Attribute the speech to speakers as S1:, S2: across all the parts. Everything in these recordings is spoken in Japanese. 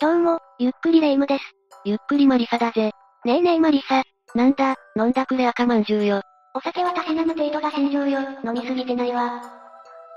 S1: どうも、ゆっくりレ夢ムです。
S2: ゆっくりマリサだぜ。
S1: ねえねえマリサ、
S2: なんだ、飲んだくれ赤まんじゅうよ。
S3: お酒はたしなむ程度が正常よ。飲みすぎてないわ。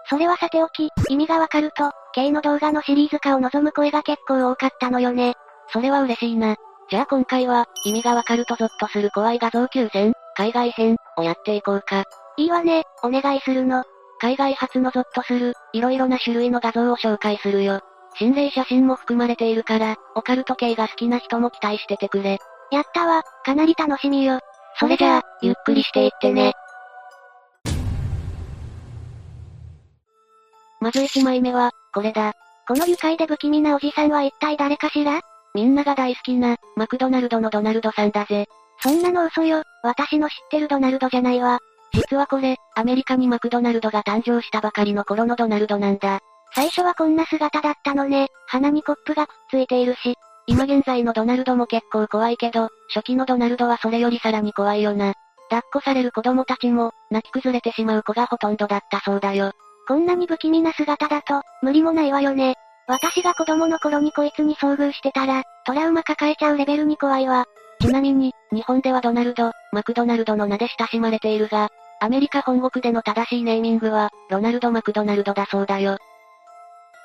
S1: それはさておき、意味がわかると、K の動画のシリーズ化を望む声が結構多かったのよね。
S2: それは嬉しいな。じゃあ今回は、意味がわかるとゾッとする怖い画像9000、海外編、をやっていこうか。
S1: いいわね、お願いするの。
S2: 海外初のゾッとする、色々な種類の画像を紹介するよ。心霊写真も含まれているから、オカルト系が好きな人も期待しててくれ。
S1: やったわ、かなり楽しみよ。
S2: それじゃあ、ゆっくりしていってね。まず1枚目は、これだ。
S1: この愉快で不気味なおじさんは一体誰かしら
S2: みんなが大好きな、マクドナルドのドナルドさんだぜ。
S1: そんなの嘘よ、私の知ってるドナルドじゃないわ。
S2: 実はこれ、アメリカにマクドナルドが誕生したばかりの頃のドナルドなんだ。
S1: 最初はこんな姿だったのね、鼻にコップがくっついているし。
S2: 今現在のドナルドも結構怖いけど、初期のドナルドはそれよりさらに怖いよな。抱っこされる子供たちも、泣き崩れてしまう子がほとんどだったそうだよ。
S1: こんなに不気味な姿だと、無理もないわよね。私が子供の頃にこいつに遭遇してたら、トラウマ抱えちゃうレベルに怖いわ。
S2: ちなみに、日本ではドナルド、マクドナルドの名で親しまれているが、アメリカ本国での正しいネーミングは、ロナルド・マクドナルドだそうだよ。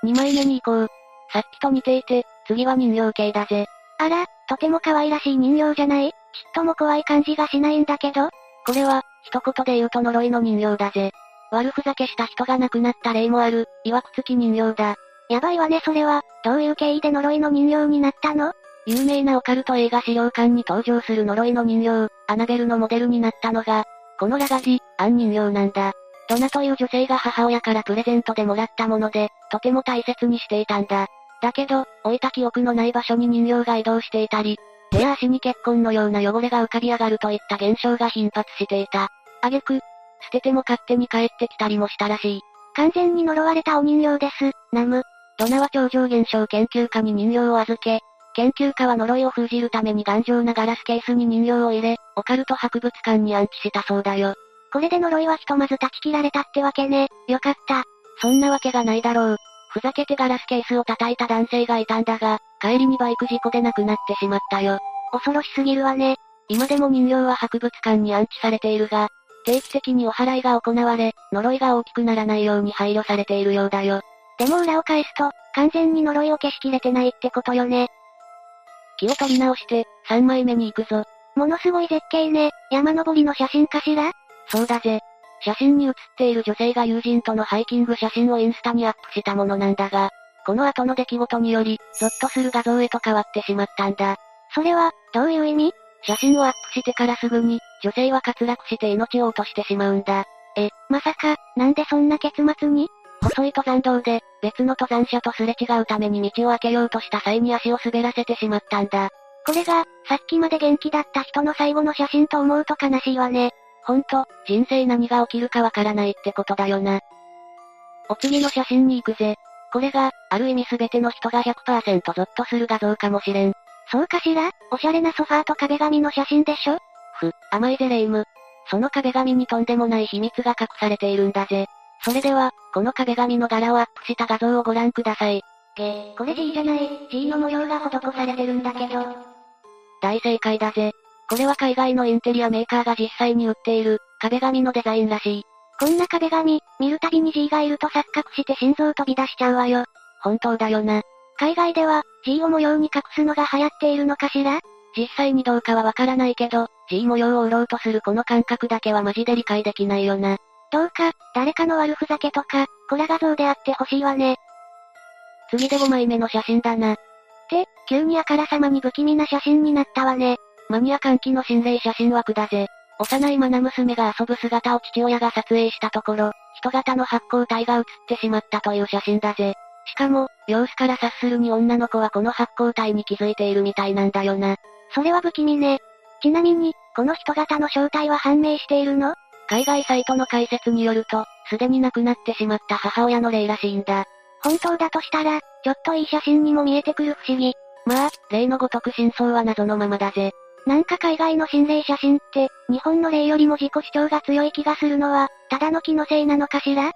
S2: 2枚目に行こう。さっきと似ていて、次は人形系だぜ。
S1: あら、とても可愛らしい人形じゃないちっとも怖い感じがしないんだけど
S2: これは、一言で言うと呪いの人形だぜ。悪ふざけした人が亡くなった例もある、曰くつき人形だ。
S1: やばいわねそれは、どういう経緯で呪いの人形になったの
S2: 有名なオカルト映画資料館に登場する呪いの人形、アナベルのモデルになったのが、このラガジ、アン人形なんだ。ドナという女性が母親からプレゼントでもらったもので、とても大切にしていたんだ。だけど、置いた記憶のない場所に人形が移動していたり、手や足に血痕のような汚れが浮かび上がるといった現象が頻発していた。あげく、捨てても勝手に帰ってきたりもしたらしい。
S1: 完全に呪われたお人形です、ナム。
S2: ドナは超常現象研究家に人形を預け、研究家は呪いを封じるために頑丈なガラスケースに人形を入れ、オカルト博物館に安置したそうだよ。
S1: これで呪いはひとまず断ち切られたってわけね。よかった。
S2: そんなわけがないだろう。ふざけてガラスケースを叩いた男性がいたんだが、帰りにバイク事故で亡くなってしまったよ。
S1: 恐ろしすぎるわね。
S2: 今でも人形は博物館に安置されているが、定期的にお祓いが行われ、呪いが大きくならないように配慮されているようだよ。
S1: でも裏を返すと、完全に呪いを消しきれてないってことよね。
S2: 気を取り直して、3枚目に行くぞ。
S1: ものすごい絶景ね、山登りの写真かしら
S2: そうだぜ。写真に写っている女性が友人とのハイキング写真をインスタにアップしたものなんだが、この後の出来事により、ゾッとする画像へと変わってしまったんだ。
S1: それは、どういう意味
S2: 写真をアップしてからすぐに、女性は滑落して命を落としてしまうんだ。
S1: え、まさか、なんでそんな結末に
S2: 細い登山道で、別の登山者とすれ違うために道を開けようとした際に足を滑らせてしまったんだ。
S1: これが、さっきまで元気だった人の最後の写真と思うと悲しいわね。
S2: ほんと、人生何が起きるかわからないってことだよな。お次の写真に行くぜ。これが、ある意味全ての人が100%ゾッとする画像かもしれん。
S1: そうかしらおしゃれなソファーと壁紙の写真でしょ
S2: ふ、甘いゼレイム。その壁紙にとんでもない秘密が隠されているんだぜ。それでは、この壁紙の柄をアップした画像をご覧ください。
S3: げー、これ G じゃない、G の模様が施されてるんだけど。
S2: 大正解だぜ。これは海外のインテリアメーカーが実際に売っている、壁紙のデザインらしい。
S1: こんな壁紙、見るたびに G がいると錯覚して心臓飛び出しちゃうわよ。
S2: 本当だよな。
S1: 海外では、G を模様に隠すのが流行っているのかしら
S2: 実際にどうかはわからないけど、G 模様を売ろうとするこの感覚だけはマジで理解できないよな。
S1: どうか、誰かの悪ふざけとか、コラ画像であってほしいわね。、
S2: 次で5枚目の写真だな。って
S1: 急にあからさまに不気味な写真になったわね。
S2: マニア歓喜の心霊写真枠だぜ。幼い愛娘が遊ぶ姿を父親が撮影したところ、人型の発光体が写ってしまったという写真だぜ。しかも、様子から察するに女の子はこの発光体に気づいているみたいなんだよな。
S1: それは不気味ね。ちなみに、この人型の正体は判明しているの
S2: 海外サイトの解説によると、すでに亡くなってしまった母親の霊らしいんだ。
S1: 本当だとしたら、ちょっといい写真にも見えてくる不思議。
S2: まあ、霊のごとく真相は謎のままだぜ。
S1: なんか海外の心霊写真って、日本の例よりも自己主張が強い気がするのは、ただの気のせいなのかしら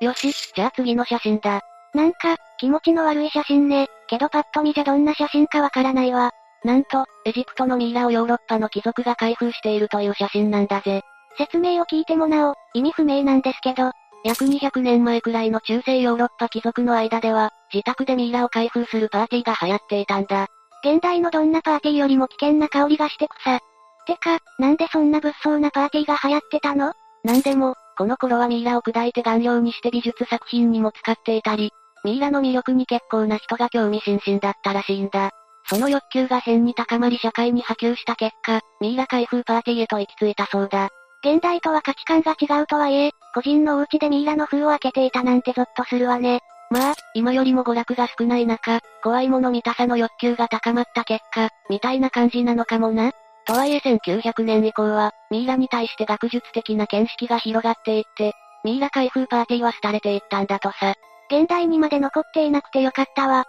S2: よし、じゃあ次の写真だ。
S1: なんか、気持ちの悪い写真ね。けどパッと見じゃどんな写真かわからないわ。
S2: なんと、エジプトのミイラをヨーロッパの貴族が開封しているという写真なんだぜ。
S1: 説明を聞いてもなお、意味不明なんですけど、
S2: 約200年前くらいの中世ヨーロッパ貴族の間では、自宅でミイラを開封するパーティーが流行っていたんだ。
S1: 現代のどんなパーティーよりも危険な香りがして草。てか、なんでそんな物騒なパーティーが流行ってたの
S2: なんでも、この頃はミイラを砕いて顔料にして美術作品にも使っていたり、ミイラの魅力に結構な人が興味津々だったらしいんだ。その欲求が変に高まり社会に波及した結果、ミイラ開封パーティーへと行き着いたそうだ。
S1: 現代とは価値観が違うとはいえ、個人のお家でミイラの封を開けていたなんてゾッとするわね。
S2: まあ、今よりも娯楽が少ない中、怖いもの見たさの欲求が高まった結果、みたいな感じなのかもな。とはいえ1900年以降は、ミイラに対して学術的な見識が広がっていって、ミイラ開封パーティーは廃れていったんだとさ。
S1: 現代にまで残っていなくてよかったわ。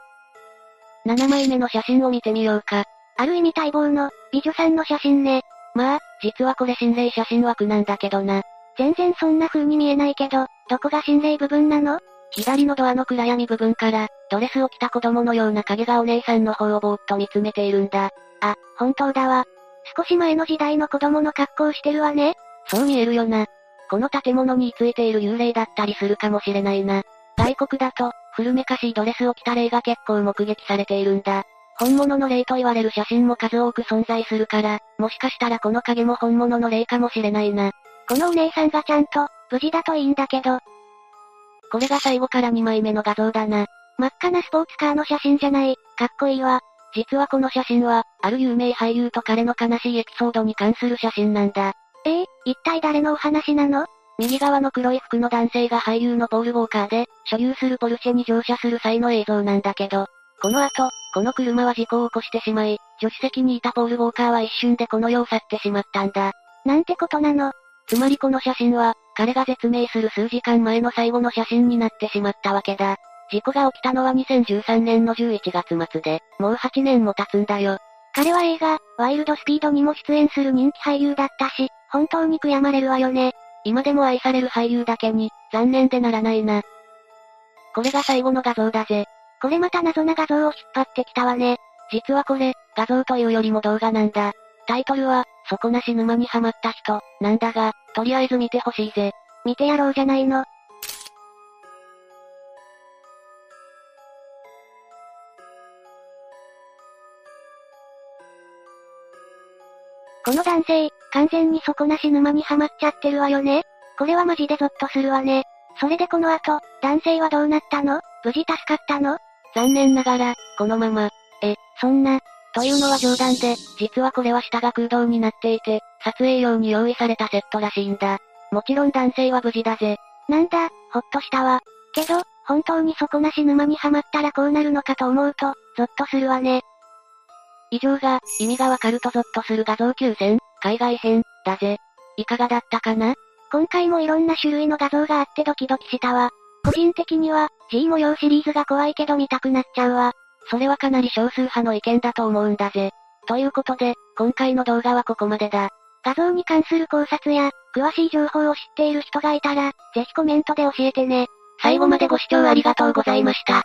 S2: 7枚目の写真を見てみようか。
S1: ある意味待望の、美女さんの写真ね。
S2: まあ、実はこれ心霊写真枠なんだけどな。
S1: 全然そんな風に見えないけど、どこが心霊部分なの
S2: 左のドアの暗闇部分から、ドレスを着た子供のような影がお姉さんの方をぼーっと見つめているんだ。
S1: あ、本当だわ。少し前の時代の子供の格好をしてるわね。
S2: そう見えるよな。この建物に居ついている幽霊だったりするかもしれないな。外国だと、古めかしいドレスを着た霊が結構目撃されているんだ。本物の霊と言われる写真も数多く存在するから、もしかしたらこの影も本物の霊かもしれないな。
S1: このお姉さんがちゃんと、無事だといいんだけど。
S2: これが最後から2枚目の画像だな。
S1: 真っ赤なスポーツカーの写真じゃない、かっこいいわ。
S2: 実はこの写真は、ある有名俳優と彼の悲しいエピソードに関する写真なんだ。
S1: ええー、一体誰のお話なの
S2: 右側の黒い服の男性が俳優のポール・ウォーカーで、所有するポルシェに乗車する際の映像なんだけど、この後、この車は事故を起こしてしまい、助手席にいたポール・ウォーカーは一瞬でこの世を去ってしまったんだ。
S1: なんてことなの。
S2: つまりこの写真は、彼が絶命する数時間前の最後の写真になってしまったわけだ。事故が起きたのは2013年の11月末で、もう8年も経つんだよ。
S1: 彼は映画、ワイルドスピードにも出演する人気俳優だったし、本当に悔やまれるわよね。
S2: 今でも愛される俳優だけに、残念でならないな。これが最後の画像だぜ。
S1: これまた謎な画像を引っ張ってきたわね。
S2: 実はこれ、画像というよりも動画なんだ。タイトルは、底なし沼にはまった人、なんだが、とりあえず見てほしいぜ。
S1: 見てやろうじゃないの。この男性、完全に底なし沼にはまっちゃってるわよね。これはマジでゾッとするわね。それでこの後、男性はどうなったの無事助かったの
S2: 残念ながら、このまま。
S1: え、そんな。
S2: というのは冗談で、実はこれは下が空洞になっていて、撮影用に用意されたセットらしいんだ。もちろん男性は無事だぜ。
S1: なんだ、ほっとしたわ。けど、本当に底なし沼にはまったらこうなるのかと思うと、ゾッとするわね。
S2: 以上が、意味がわかるとゾッとする画像9000、海外編、だぜ。いかがだったかな
S1: 今回もいろんな種類の画像があってドキドキしたわ。個人的には、G 模様シリーズが怖いけど見たくなっちゃうわ。
S2: それはかなり少数派の意見だと思うんだぜ。ということで、今回の動画はここまでだ。
S1: 画像に関する考察や、詳しい情報を知っている人がいたら、ぜひコメントで教えてね。
S2: 最後までご視聴ありがとうございました。